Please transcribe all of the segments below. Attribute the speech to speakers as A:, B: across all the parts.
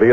A: The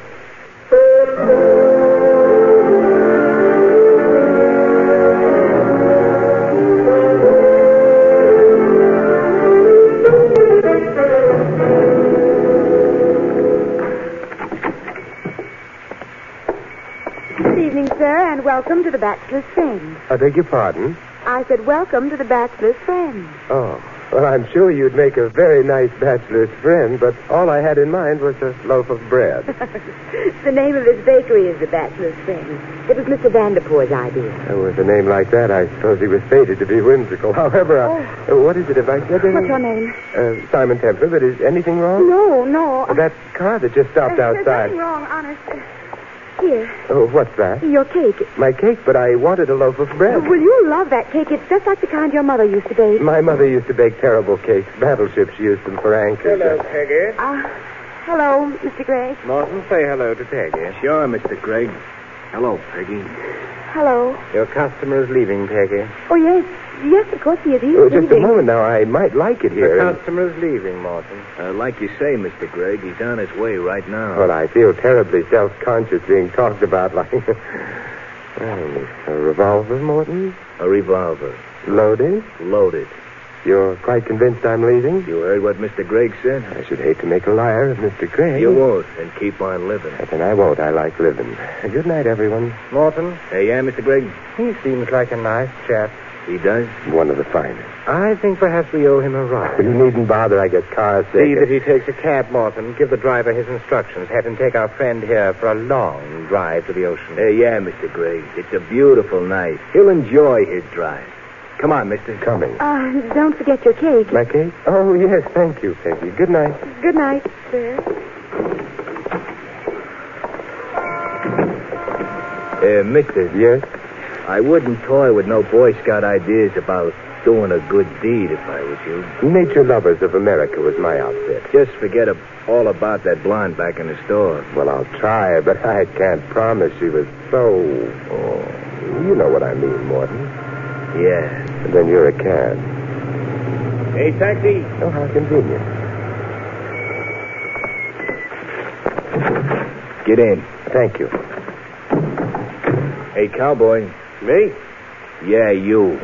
B: Good evening, sir, and welcome to the Bachelor's Friend.
C: I beg your pardon?
B: I said welcome to the Bachelor's Friend.
C: Oh. Well, I'm sure you'd make a very nice bachelor's friend, but all I had in mind was a loaf of bread.
B: the name of his bakery is the Bachelor's Friend. It was Mr. Vanderpoor's idea.
C: Uh, With a name like that, I suppose he was fated to be whimsical. However, I, uh, what is it? Have I said
B: Oh. What's your
C: anything?
B: name?
C: Uh, Simon Templer, but is anything wrong?
B: No, no.
C: Uh, That car that just stopped outside.
B: wrong, honest. Here,
C: Oh, what's that?
B: your cake. Uh,
C: My cake, but I wanted a loaf of bread.
B: Will you love that cake? It's just like the kind your mother used to bake.
C: My mother used to bake terrible cakes. Battleships used them for anchors.
D: Peggy.
B: Ah, hello, Mr. Gregg.
C: Martin, say hello to Peggy.
D: Sure, Mr. Gregg. Hello, Peggy.
B: Hello.
C: Your customer is leaving, Peggy.
B: Oh, yes. Yes, of course he is. He's
C: Oh, just a
B: leaving.
C: moment now. I might like it here.
D: The
C: customer's leaving, Martin.
D: Uh, like you say, Mr. Gregg, he's on his way right now.
C: Well, I feel terribly self-conscious being talked about like... well, a revolver, Morton?
D: A revolver.
C: Loaded?
D: Loaded.
C: You're quite convinced I'm leaving?
D: You heard what Mr. Gregg said?
C: I should hate to make a liar of Mr. Gray.
D: You won't, and keep on living.
C: Then I won't. I like living. Uh, Good night, everyone. Morton?
D: Hey, yeah, Mr. Gregg?
C: He seems like a nice chap.
D: He does?
C: One of the finest.
D: I think perhaps we owe him a ride.
C: You needn't bother. I get car sick.
D: See that
C: he takes a cab, Morton. Give the driver his instructions. Have him take our friend here for a long drive to the ocean.
D: Hey, Uh, yeah, Mr. Gregg. It's a beautiful night. He'll enjoy his drive. Come on, mister.
C: Coming.
B: Ah, don't forget your cake.
C: My cake? Oh, yes, thank you, Peggy. Good night.
B: Good night, sir.
D: Uh, mister,
C: Yes?
D: I wouldn't toy with no Boy Scout ideas about doing a good deed if I was you.
C: Nature Lovers of America was my outfit.
D: Just forget ab- all about that blonde back in the store.
C: Well, I'll try, but I can't promise she was so. Oh, you know what I mean, Morton.
D: Yeah.
C: And then you're a cad.
D: Hey, taxi.
C: Oh, how convenient.
D: Get in.
C: Thank you.
D: Hey, cowboy.
C: Me?
D: Yeah, you.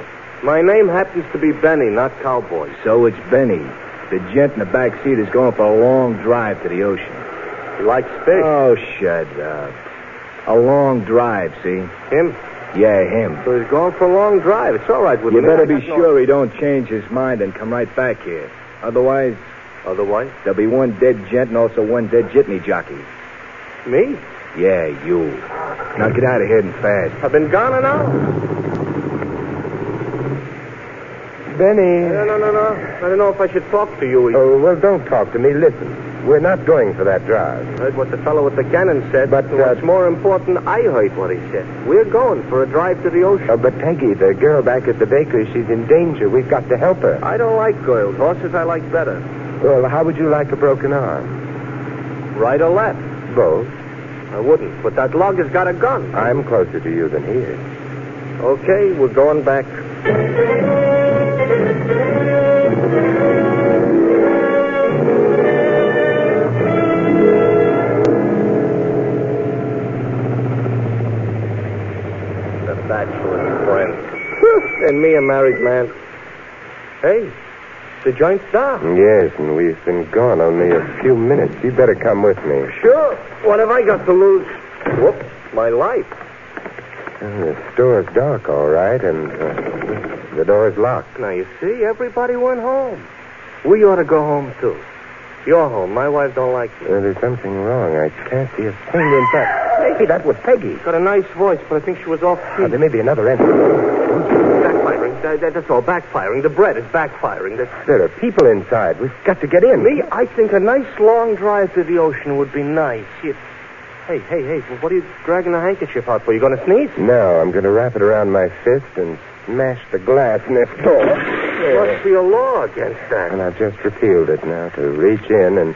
C: My name happens to be Benny, not Cowboy.
D: So it's Benny. The gent in the back seat is going for a long drive to the ocean.
C: He likes
D: Oh, shut up. A long drive, see?
C: him?
D: Yeah, him.
C: So he's going for a long drive. It's all right with
D: You better be sure he don't change his mind and come right back here. Otherwise,
C: Otherwise,
D: there'll be one dead gent and also one dead jitney jockey.
C: me?
D: Yeah, you. Now get out of here and fast.
C: I've been gone an hour. Benny.
E: No, no, no, no. I don't know if I should talk to you. I
C: Oh, well, don't talk to me. Listen, we're not going for that drive.
E: heard what the fellow with the cannon said.
C: But,
E: and
C: uh,
E: what's more important, I heard what he said. We're going for a drive to the ocean.
C: Oh, but Peggy, the girl back at the bakery, she's in danger. We've got to help her.
E: I don't like girls. Horses I like better.
C: Well, how would you like a broken arm?
E: Right or left?
C: Both.
E: I wouldn't. But that log has got a gun.
C: I'm closer to you than he is.
E: Okay, we're going back. The bachelor's friend. and me a married man. Hey, the joint's down.
C: Yes, and we've been gone only a few minutes. You better come with me.
E: Sure. What have I got to lose? Whoops, my life.
C: Well, the store's dark, all right, and uh, the door's locked.
E: Now, you see, everybody went home. We ought to go home, too. You're home. My wife don't like me.
C: Uh, there's something wrong. I can't see a thing in fact. Maybe that was Peggy.
E: Got a nice voice, but I think she was off key.
C: Oh, there may be another entrance.
E: backfiring. That, that- that's all. Backfiring. The bread is backfiring. That's...
C: There are people inside. We've got to get in.
E: Me, I think a nice long drive to the ocean would be nice. It, Hey, hey, hey, what are you dragging the handkerchief out for? You gonna sneeze?
C: No, I'm going to wrap it around my fist and smash the glass next door.
E: What's your law against that?
C: And I've just repealed it now to reach in and.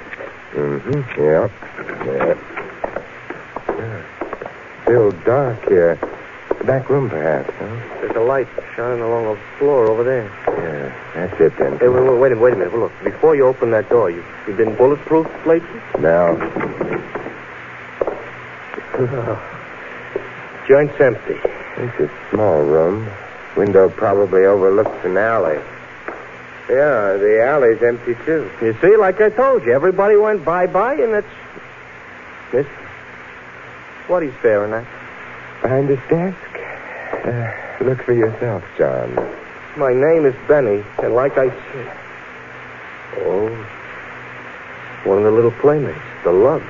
C: Mm-hmm. Yeah. Yeah. Still dark here. The back room, perhaps, huh?
E: There's a light shining along the floor over there.
C: Yeah. That's it, then.
E: Hey, wait, wait, wait, a- wait a minute. Look, before you open that door, you, you been bulletproof lately?
C: Now,
E: Joint's empty.
C: it's a small room. Window probably overlooks an alley. Yeah, the alley's empty, too.
E: You see, like I told you, everybody went bye-bye, and that's... Miss, what are you staring at?
C: Behind this desk? Uh, look for yourself, John.
E: My name is Benny, and like I said... Oh, one of the little playmates, the love.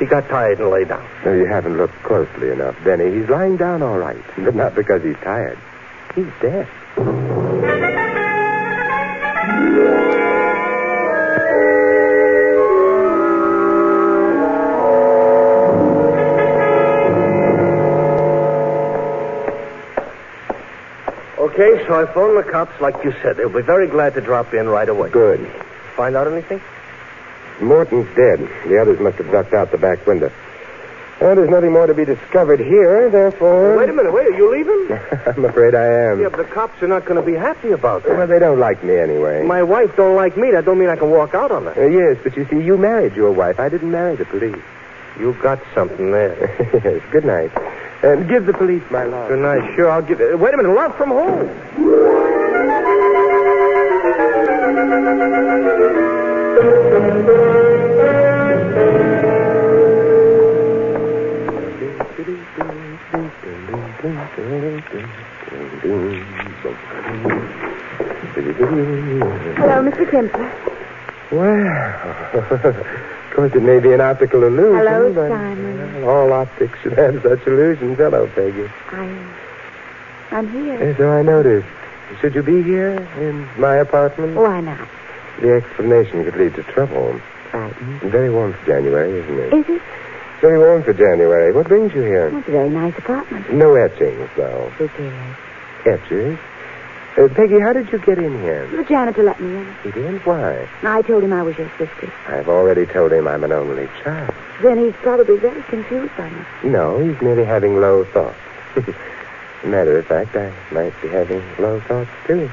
E: He got tired and lay down.
C: No, you haven't looked closely enough, Benny. He's lying down all right, but not because he's tired. He's dead.
E: Okay, so I phoned the cops like you said. They'll be very glad to drop in right away.
C: Good.
E: Find out anything?
C: Morton's dead. The others must have ducked out the back window. Well, there's nothing more to be discovered here, therefore.
E: Wait a minute, wait, are you leaving?
C: I'm afraid I am.
E: Yeah, but the cops are not going to be happy about
C: Well,
E: that.
C: they don't like me anyway.
E: My wife don't like me. That don't mean I can walk out on her.
C: Uh, yes, but you see, you married your wife. I didn't marry the police.
E: You got something there.
C: yes, good night. And give the police my love.
E: Good night. Sure, I'll give it. Wait a minute. Love from whom?
B: Hello, Mr. Kemper.
C: Well, of course, it may be an optical illusion.
B: Hello,
C: but
B: Simon.
C: well, all optics should have such illusions. Hello, Peggy.
B: I'm. I'm here.
C: And so I noticed. Should you be here in my apartment?
B: Why not?
C: The explanation could lead to trouble.
B: Frightened.
C: Very warm for January, isn't it?
B: Is it?
C: Very warm for January. What brings you here?
B: Well, it's a very nice apartment.
C: No etchings, though.
B: Who cares?
C: Etchers? Uh, Peggy, how did you get in here?
B: The janitor let me in.
C: He did? Why?
B: I told him I was your sister.
C: I've already told him I'm an only child.
B: Then he's probably very confused by me.
C: No, he's merely having low thoughts. Matter of fact, I might be having low thoughts, too.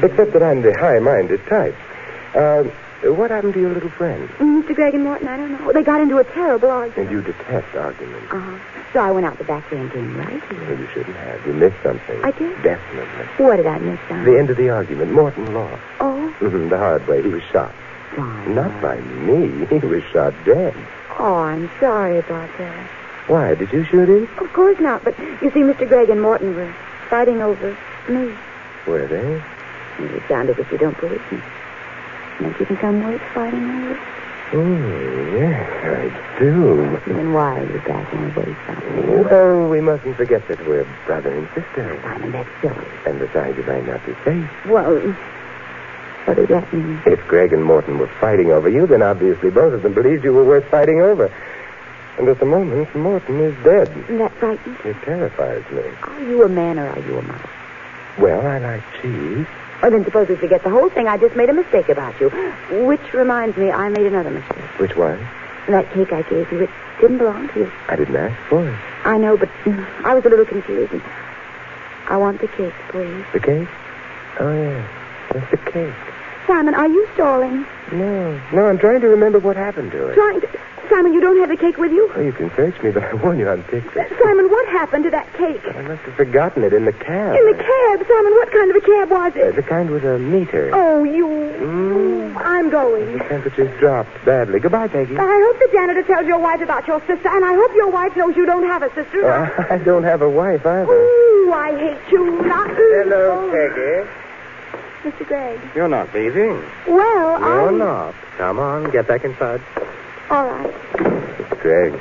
C: Except that I'm the high-minded type. Uh, what happened to your little friend?
B: Mr. Gregg Mm, and Morton, I don't know. They got into a terrible argument.
C: And you detest arguments.
B: Uh-huh. So I went out the back way and came right
C: Well,
B: here.
C: you shouldn't have. You missed something.
B: I did?
C: Definitely.
B: What did I miss, Simon?
C: The end of the argument. Morton lost.
B: Oh,
C: Mhm, the hard way. He was shot.
B: Simon.
C: Not by me. He was shot dead.
B: Oh, I'm sorry about that.
C: Why? Did you shoot him?
B: Of course not, but you see, Mr. Gregg and Morton were fighting over me.
C: Were they?
B: And it sounded if you don't believe me. Don't you think I'm worth fighting over?
C: Oh, yes, I do.
B: Then why are you backing away from me?
C: Well, we mustn't forget that we're brother and sister.
B: Simon, that's silly.
C: And besides, you might not be safe.
B: Well, what does that mean?
C: If Greg and Morton were fighting over you, then obviously both of them believed you were worth fighting over. And at the moment, Morton is dead.
B: Isn't that frightening?
C: It terrifies me.
B: Are you a man or are you a mouse?
C: Well, I like cheese.
B: Well, then suppose we forget the whole thing. I just made a mistake about you. Which reminds me, I made another mistake.
C: Which one?
B: That cake I gave you, it didn't belong to you.
C: I didn't ask for it.
B: I know, but mm, I was a little confused. I want the cake, please.
C: The cake? Oh, yes. That's the cake.
B: Simon, are you stalling?
C: No. No, I'm trying to remember what happened to it.
B: Trying to... Simon, you don't have the cake with you?
C: Oh, you can search me, but I warn you, I'm pictured.
B: Simon, what happened to that cake?
C: I must have forgotten it in the cab.
B: In the cab, Simon, what kind of a cab was
C: Uh,
B: it?
C: the kind with a meter.
B: Oh, you.
C: Mm.
B: I'm
C: The
B: going.
C: temperature's dropped badly. Goodbye, Peggy.
B: I hope the janitor tells your wife about your sister, and I hope your wife knows you don't have a sister.
C: Uh,
E: Uh-huh.
C: I don't have a wife either.
B: Ooh, I hate you. Not
E: Hello, Peggy.
B: Mr. Gregg.
E: You're not leaving.
B: Well,
E: You're
B: I.
E: not. Come on, get back inside.
B: All right.
C: Greg,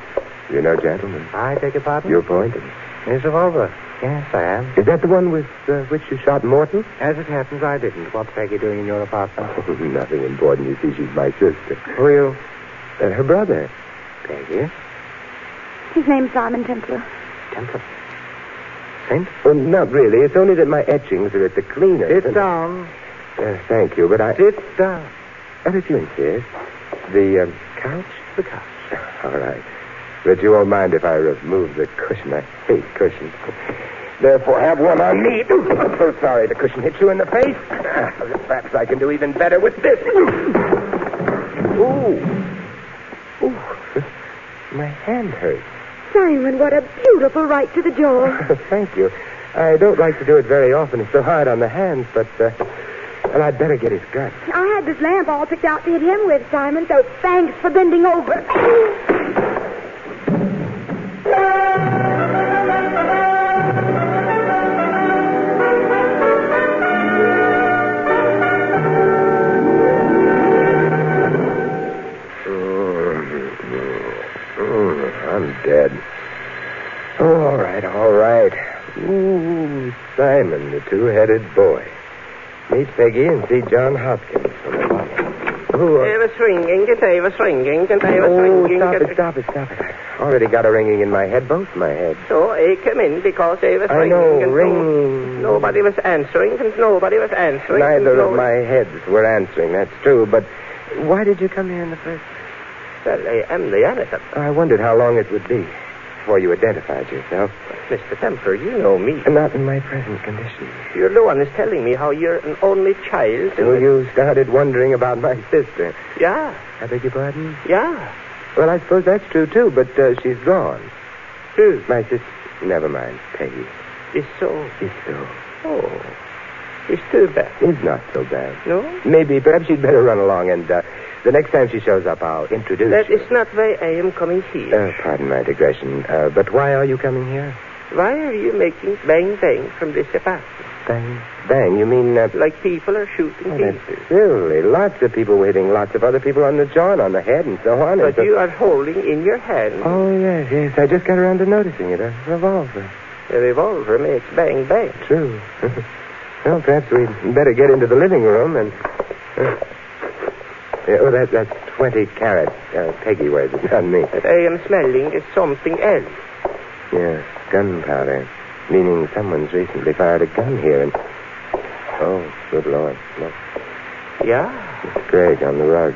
C: you're no gentleman.
E: I beg your pardon?
C: You're pointed.
E: Is it over? Yes, I am.
C: Is that the one with uh, which you shot Morton?
E: As it happens, I didn't. What's Peggy doing in your apartment?
C: Oh, nothing important. You see, she's my sister.
E: Who are you?
C: Uh, her brother.
E: Peggy.
D: His name's Simon Templar.
C: Temper. Saint? Well, not really. It's only that my etchings are at the cleaner.
F: Sit down.
C: Uh, thank you, but I.
F: Sit down.
C: Oh, did you insist? The um, couch? The couch. All right. But you won't mind if I remove the cushion. I hate cushions. Therefore, have one on me. I'm so sorry the cushion hit you in the face. Perhaps I can do even better with this. Ooh. Ooh. My hand hurts.
D: Simon, what a beautiful right to the jaw.
C: Thank you. I don't like to do it very often. It's so hard on the hands, but, uh, well, I'd better get his gun.
D: I had this lamp all picked out to hit him with, Simon, so thanks for bending over.
C: Mm, Mm-hmm. I'm dead. Oh, all right, all right. Ooh, Simon, the two-headed boy. Meet Peggy and see John Hopkins. Ooh, uh,
F: ringing, get Davis ringing, get
C: oh, stop it, stop it, stop it. I've already got a ringing in my head, both my heads.
F: So he came in because he was
C: I
F: ringing.
C: know,
F: and
C: ringing.
F: No, nobody was answering, and nobody was answering.
C: Neither
F: and
C: of my heads were answering, that's true, but why did you come here in the first
F: Well, I am the innocent.
C: I wondered how long it would be before you identified yourself.
F: Mr. Temper, you know me.
C: Not in my present condition.
F: You're the one is telling me how you're an only child. and
C: Well, you started wondering about my sister.
F: Yeah,
C: I beg your pardon?
F: yeah.
C: Well, I suppose that's true, too, but uh, she's gone. Who? My sister. Never mind, Peggy.
F: It's so.
C: It's so.
F: Oh, it's too bad.
C: It's not so bad.
F: No?
C: Maybe, perhaps you'd better run along, and uh, the next time she shows up, I'll introduce
F: That
C: you.
F: is not why I am coming here.
C: Uh, pardon my digression, uh, but why are you coming here?
F: Why are you making bang bang from this apartment?
C: Bang. Bang, you mean... Uh,
F: Like people are shooting
C: Oh,
F: people.
C: that's silly. Lots of people were hitting lots of other people on the jaw and on the head and so on. and
F: But
C: so-
F: you are holding in your hand
C: Oh, yes, yes. I just got around to noticing it. A revolver.
F: a revolver makes bang bang.
C: True. well, perhaps we'd better get into the living room and. uh, Yeah, oh, that, that's 20 carat. Uh, Peggy wears it, not me.
F: What I am smelling is something else.
C: Yes, gunpowder. Meaning someone's recently fired a gun here and. Oh, good Lord. Look,
F: Yeah,
C: it's Gregg on the rug.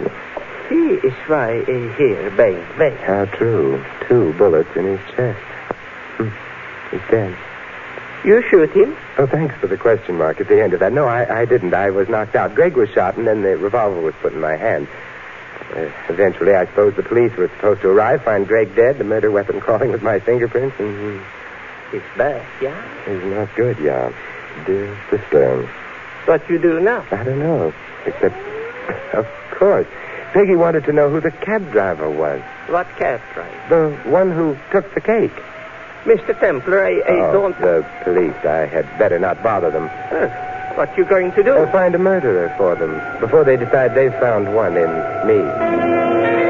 F: he is why I hear bang bang.
C: How true. Two bullets in his chest. Hmm. He's dead.
F: You shoot him?
C: Oh, thanks for the question mark at the end of that. No, I, I didn't. I was knocked out. Greg was shot, and then the revolver was put in my hand. Uh, eventually, I suppose the police were supposed to arrive, find Greg dead, the murder weapon crawling with my fingerprints, and
F: It's bad, yeah.
C: he's not good, yeah. Dear sister,
F: What you do now?
C: I don't know. Except, of course, Peggy wanted to know who the cab driver was.
F: What cab drive?
C: The one who took the cake.
F: Mr. Templar, I, I
C: oh,
F: don't...
C: The police. I had better not bother them.
F: Huh. What you going to do?
C: They'll find a murderer for them before they decide they've found one in me.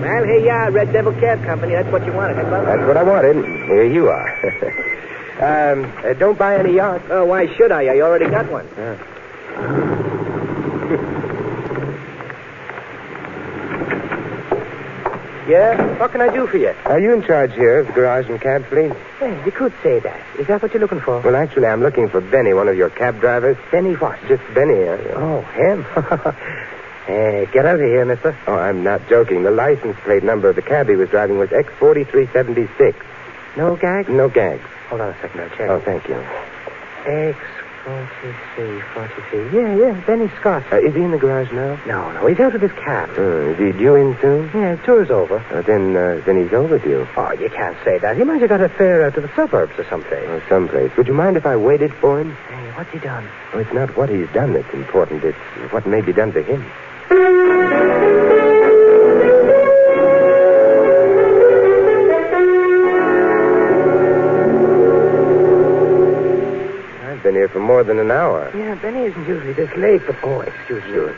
F: Well, here you are, Red Devil Cab Company. That's what you wanted.
C: That's what I wanted. Here you are. um, uh, don't buy any yards.
F: Oh, why should I? I already got one. Yeah? What can I do for you?
C: Are you in charge here of the garage and cab fleet?
F: Well, you could say that. Is that what you're looking for?
C: Well, actually, I'm looking for Benny, one of your cab drivers. Benny what? Just Benny. Uh, oh, him? Eh, get out of here, mister. Oh, I'm not joking. The license plate number of the cab he was driving was X4376.
F: No gag?
C: No gags.
F: Hold on a second, I'll check.
C: Oh, thank you.
F: X, 43, 43. Yeah, yeah, Benny Scott.
C: Uh, is he in the garage now?
F: No, no, he's out of his cab.
C: Uh, is he due in soon?
F: Yeah, tour's over.
C: Uh, then, uh, then he's overdue.
F: Oh, you can't say that. He might have got a fare out to the suburbs or someplace.
C: Oh, someplace. Would you mind if I waited for him?
F: Hey, what's he done?
C: Oh, it's not what he's done that's important. It's what may be done to him.
B: Oh,
C: I've been here for more than an hour.
F: Yeah, Benny isn't usually this late, but oh, excuse me.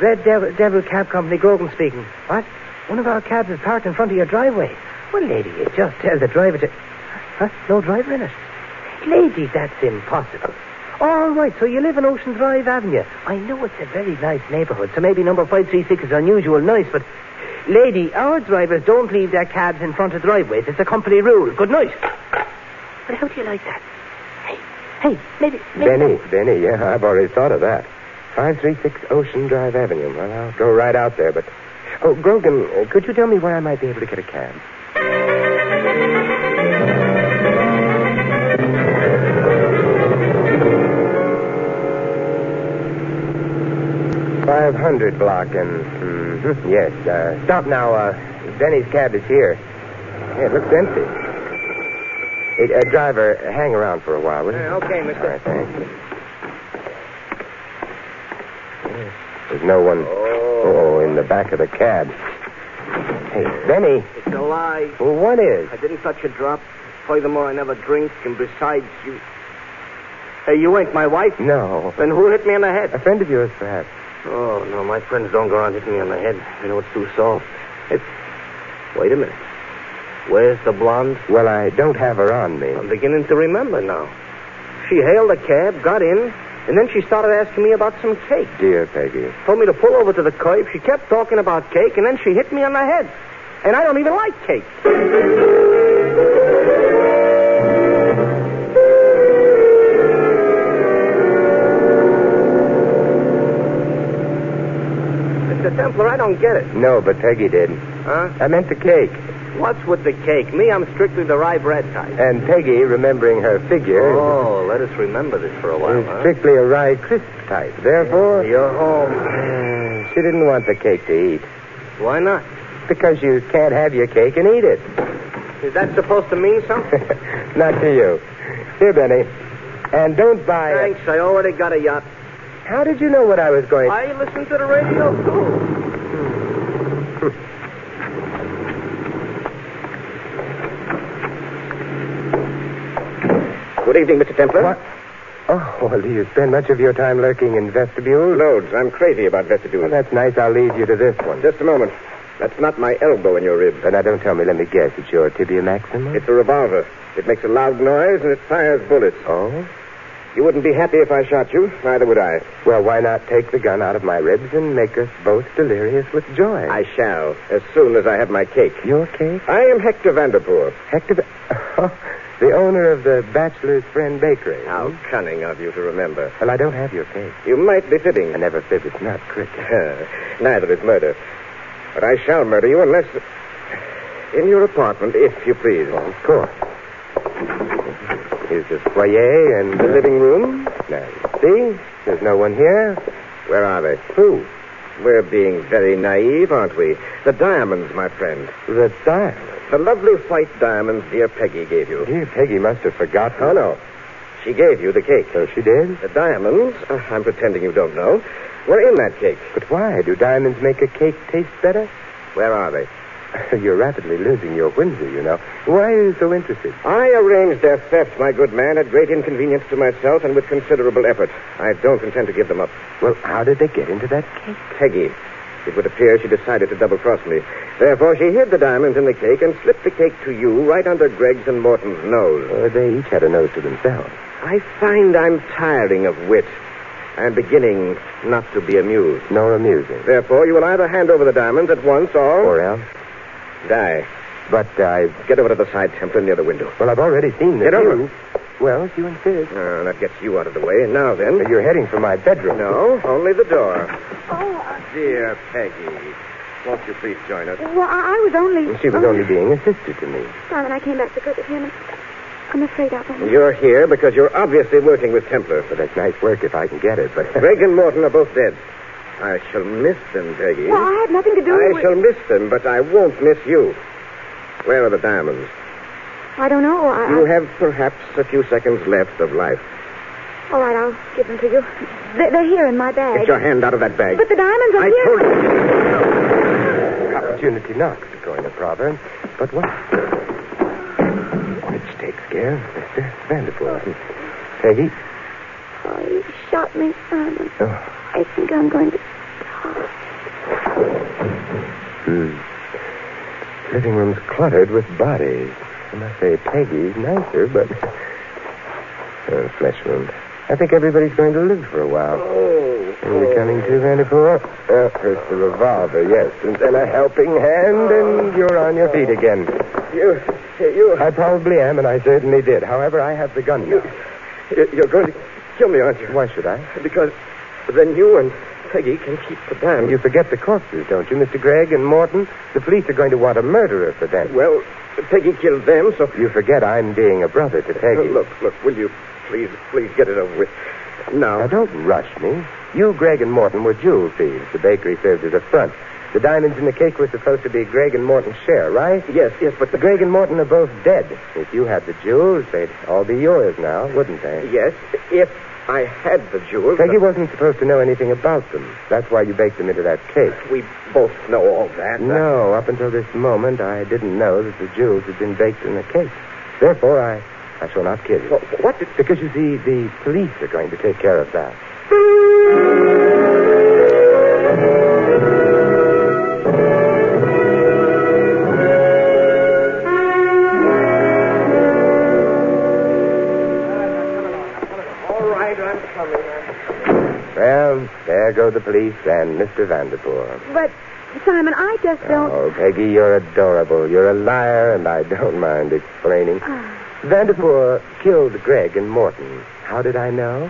F: Red Devil, Devil Cab Company, Grogan speaking. What? One of our cabs is parked in front of your driveway. Well, lady, you just tell the driver to. Huh? No driver in it.
E: Lady, that's impossible. All right, so you live in Ocean Drive Avenue. I know it's a very nice neighborhood, so maybe number 536 is unusual nice, but... Lady, our drivers don't leave their cabs in front of driveways. It's a company rule. Good night. But how do you like that? Hey, hey, maybe... maybe
C: Benny, Benny, yeah, I've already thought of that. 536 Ocean Drive Avenue. Well, I'll go right out there, but... Oh, Grogan, uh, could you tell me where I might be able to get a cab? Five hundred block and mhm, yes. Uh, stop now. Uh, Benny's cab is here. Yeah, it looks empty. Hey, uh, driver, hang around for a while, will you?
E: okay, mister.
C: All right, thanks. There's no one. Oh, in the back of the cab. Hey, Benny.
F: It's a lie.
C: Well, what is?
F: I didn't touch a drop. Furthermore, I never drink, and besides, you. Hey, you ain't my wife.
C: No.
F: Then who hit me in the
C: A
F: head?
C: friend of yours, perhaps.
F: Oh, no, my friends don't go around hitting me on the head. You know, it's too soft. It's. Wait a minute. Where's the blonde?
C: Well, I don't have her on me.
F: I'm beginning to remember now. She hailed a cab, got in, and then she started asking me about some cake.
C: Dear Peggy.
F: Told me to pull over to the curb. She kept talking about cake, and then she hit me on the head. And I don't even like cake. Mr. Templar, I don't get it.
C: No, but Peggy did.
F: Huh?
C: I meant the cake.
F: What's with the cake? Me, I'm strictly the rye bread type.
C: And Peggy, remembering her figure,
F: Oh, let us remember this for a while,
C: is
F: huh?
C: strictly a rye crisp type. Therefore,
F: You're home.
C: Uh, she didn't want the cake to eat
F: Why not?
C: because you can't have your cake and eat it.
F: Is that supposed to mean something?
C: Not to you. Here, Benny. And don't buy. it.
F: Thanks, I already got a yacht.
C: How did you know what I was going?
F: I listen to the radio too. Good evening, Mr. Templar.
C: What? Oh, well, do you spend much of your time lurking in vestibules?
F: Loads. I'm crazy about
C: Well,
F: vestibules.
C: that's nice. I'll leave you to this one.
F: Just a moment. That's not my elbow in your rib.
C: But now, don't tell me. Let me guess. It's your tibia maxima.
F: It's a revolver. It makes a loud noise and it fires bullets.
C: Oh.
F: You wouldn't be happy if I shot you. Neither would I.
C: Well, why not take the gun out of my ribs and make us both delirious with joy?
F: I shall, as soon as I have my cake.
C: Your cake,
F: I am Hector Vanderpool.
C: Hector, the, the owner of the Bachelor's Friend Bakery.
F: How cunning of you to remember.
C: Well, I don't have your cake.
F: You might be fibbing.
C: I never fib. It's not cricket.
F: Neither is murder. But I shall murder you unless. In your apartment, if you please.
C: Well, of course. Here's the foyer and
F: The living room?
C: Now, see, there's no one here.
F: Where are they?
C: Who?
F: We're being very naive, aren't we? The diamonds, my friend.
C: The diamond.
F: The lovely white diamonds dear Peggy gave you.
C: Dear Peggy must have forgotten.
F: Oh, no. She gave you the cake.
C: So she did.
F: The diamonds, uh, I'm pretending you don't know, were in that cake.
C: But why? Do diamonds make a cake taste better?
F: Where are they?
C: You're rapidly losing your whimsy, you know. Why are you so interested?
F: I arranged their theft, my good man, at great inconvenience to myself and with considerable effort. I don't intend to give them up.
C: Well, how did they get into that cake?
F: Peggy. It would appear she decided to double cross me. Therefore, she hid the diamonds in the cake and slipped the cake to you right under Greg's and Morton's nose.
C: Uh, they each had a nose to themselves.
F: I find I'm tiring of wit. I'm beginning not to be amused.
C: Nor amusing.
F: Therefore, you will either hand over the diamonds at once or,
C: Or else.
F: die.
C: But I've.
F: Get over to the side, Templar, near the window.
C: Well, I've already seen this.
F: Get over.
C: You. Well, if you insist.
F: Uh, that gets you out of the way. And now then.
C: You're heading for my bedroom.
F: No, only the door.
B: uh,
F: Oh, dear Peggy. Won't you please join us?
B: Well, I, I was only.
C: She was only being a sister to me.
B: Simon, I came back to cook with him, and I'm afraid I don't.
F: You're here because you're obviously working with Templar.
C: Well, that's nice work if I can get it, but.
F: Greg and Morton are both dead. I shall miss them, Peggy.
B: Well, I had nothing to do
F: I
B: with.
F: shall miss them, but I won't miss you. Where are the diamonds?
B: I don't know.
D: Uh-uh.
B: I,
F: You
B: I...
F: have perhaps a few seconds left of life.
B: All right, I'll give them to you. They're, they're here in my bag.
F: Get your hand out of that bag.
B: But the diamonds are
F: I
B: here.
F: told you.
C: Opportunity knocks, according to proverb. But what? Which takes care of Mr. Vanderpool. Peggy?
B: Oh, you shot me, Simon.
C: Oh.
B: I think I'm going to.
C: Hmm. Living room's cluttered with bodies. I must say, Peggy's nicer, but. Uh, flesh wound. I think everybody's going to live for a while.
F: Oh.
C: And we're coming to, Vanderpool. Uh, first the revolver, yes, and then a helping hand, and you're on your feet again.
F: You, you,
C: I probably am, and I certainly did. However, I have the gun now.
F: you're going to kill me, aren't you?
C: Why should I?
F: Because then you and Peggy can keep the
C: And
F: dam.
C: you forget the corpses, don't you, Mr. Gregg and Morton? The police are going to want a murderer for them.
F: well, Peggy killed them, so
C: You forget I'm being a brother to Peggy.
F: Look, look, will you please, please get it over with now?
C: Now, don't rush me. You, Gregg, and Morton were jewel thieves. The bakery served as a front. The diamonds in the cake were supposed to be Gregg and Morton's share, right?
F: Yes, yes, but
C: But Gregg and Morton are both dead. If you had the jewels, they'd all be yours now, wouldn't they?
F: yes, if I had the jewels,
C: Peggy wasn't supposed to know anything about them. That's why you baked them into that cake.
F: but we both know all that.
C: No, up until this moment, I didn't know that the jewels had been baked in the cake. Therefore, I, I shall not kill you.
F: Well, what did
C: Because you see, the police are going to take care of that.
F: All right, I'm coming. I'm
C: Well, there go the police and Mr. Vanderpool.
B: But, Simon, I just
F: Uh,
B: don't.
C: Oh, Peggy, you're adorable. You're a liar, and I don't mind explaining. Vanderpool killed Greg and Morton. How did I know?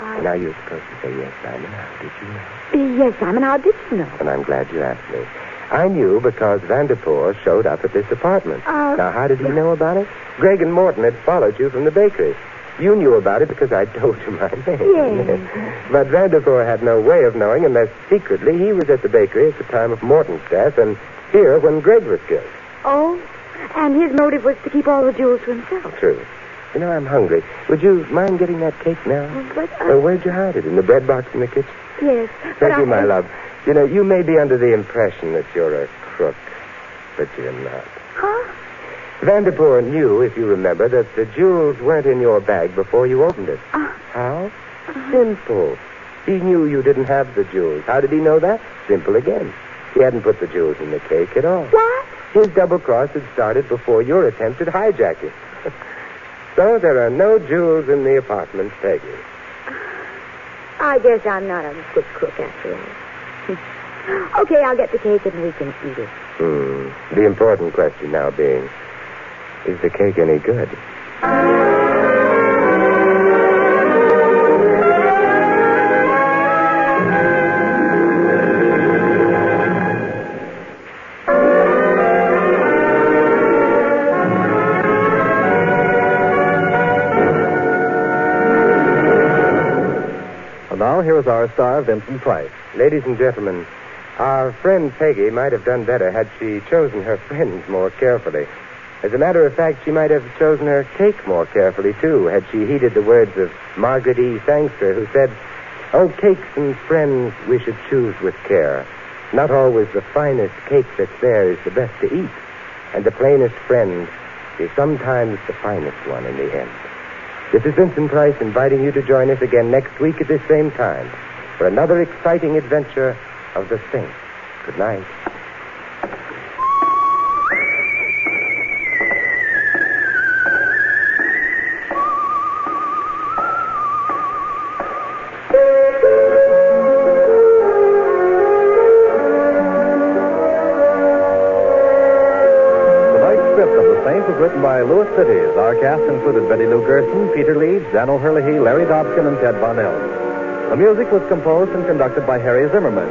B: I-
C: Now you're supposed to say yes, Simon. How did you know?
B: Yes, Simon, how did you know?
C: And I'm glad you asked me. I knew because Vanderpoor showed up at this apartment.
B: Uh,
C: now, how did he know about it? Greg and Morton had followed you from the bakery. You knew about it because I told you my name.
B: Yes.
C: but Vanderpoor had no way of knowing unless secretly he was at the bakery at the time of Morton's death and here when Greg was killed.
B: Oh, and his motive was to keep all the jewels to himself.
C: True. You know, I'm hungry. Would you mind getting that cake now?
B: But,
C: Uh,
B: uh,
C: where'd you hide it? In the bread box in the kitchen?
B: yes. but
C: Thank you,
B: I-
C: my love. You know, you may be under the impression that you're a crook, but you're not.
B: Huh?
C: Vanderpoor knew, if you remember, that the jewels weren't in your bag before you opened it.
B: Ah.
C: How?
B: uh,
C: Simple. He knew you didn't have the jewels. How did he know that? Simple again. He hadn't put the jewels in the cake at all.
B: What?
C: His double cross had started before your attempt at hijacking. so there are no jewels in the apartment, Peggy.
B: I guess I'm not a good cook after all. okay, I'll get the cake and we can eat it.
C: Hmm. The important question now being, is the cake any good?
A: And now, here is our star, Vincent Price.
C: Ladies and gentlemen, our friend Peggy might have done better had she chosen her friends more carefully. As a matter of fact, she might have chosen her cake more carefully, too, had she heeded the words of Margaret E. Sangster, who said, Oh, cakes and friends we should choose with care. Not always the finest cake that's there is the best to eat, and the plainest friend is sometimes the finest one in the end. This is Vincent Price inviting you to join us again next week at this same time for another exciting adventure of the Saints. Good night.
A: Tonight's script of The Saints was written by Louis Cities. Our cast included Betty Lou Gerson, Peter Leeds, Dan O'Herlihy, Larry Dobkin, and Ted Von Ells. The music was composed and conducted by Harry Zimmerman.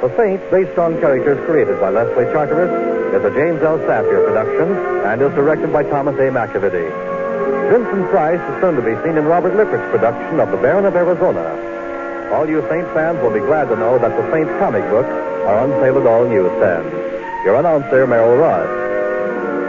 A: The Saints, based on characters created by Leslie Charteris, is a James L. Saphir production and is directed by Thomas A. McAvity. Vincent Price is soon to be seen in Robert Lippert's production of The Baron of Arizona. All you Saint fans will be glad to know that the Saints comic books are on sale at all newsstands. Your announcer, Merrill Ross.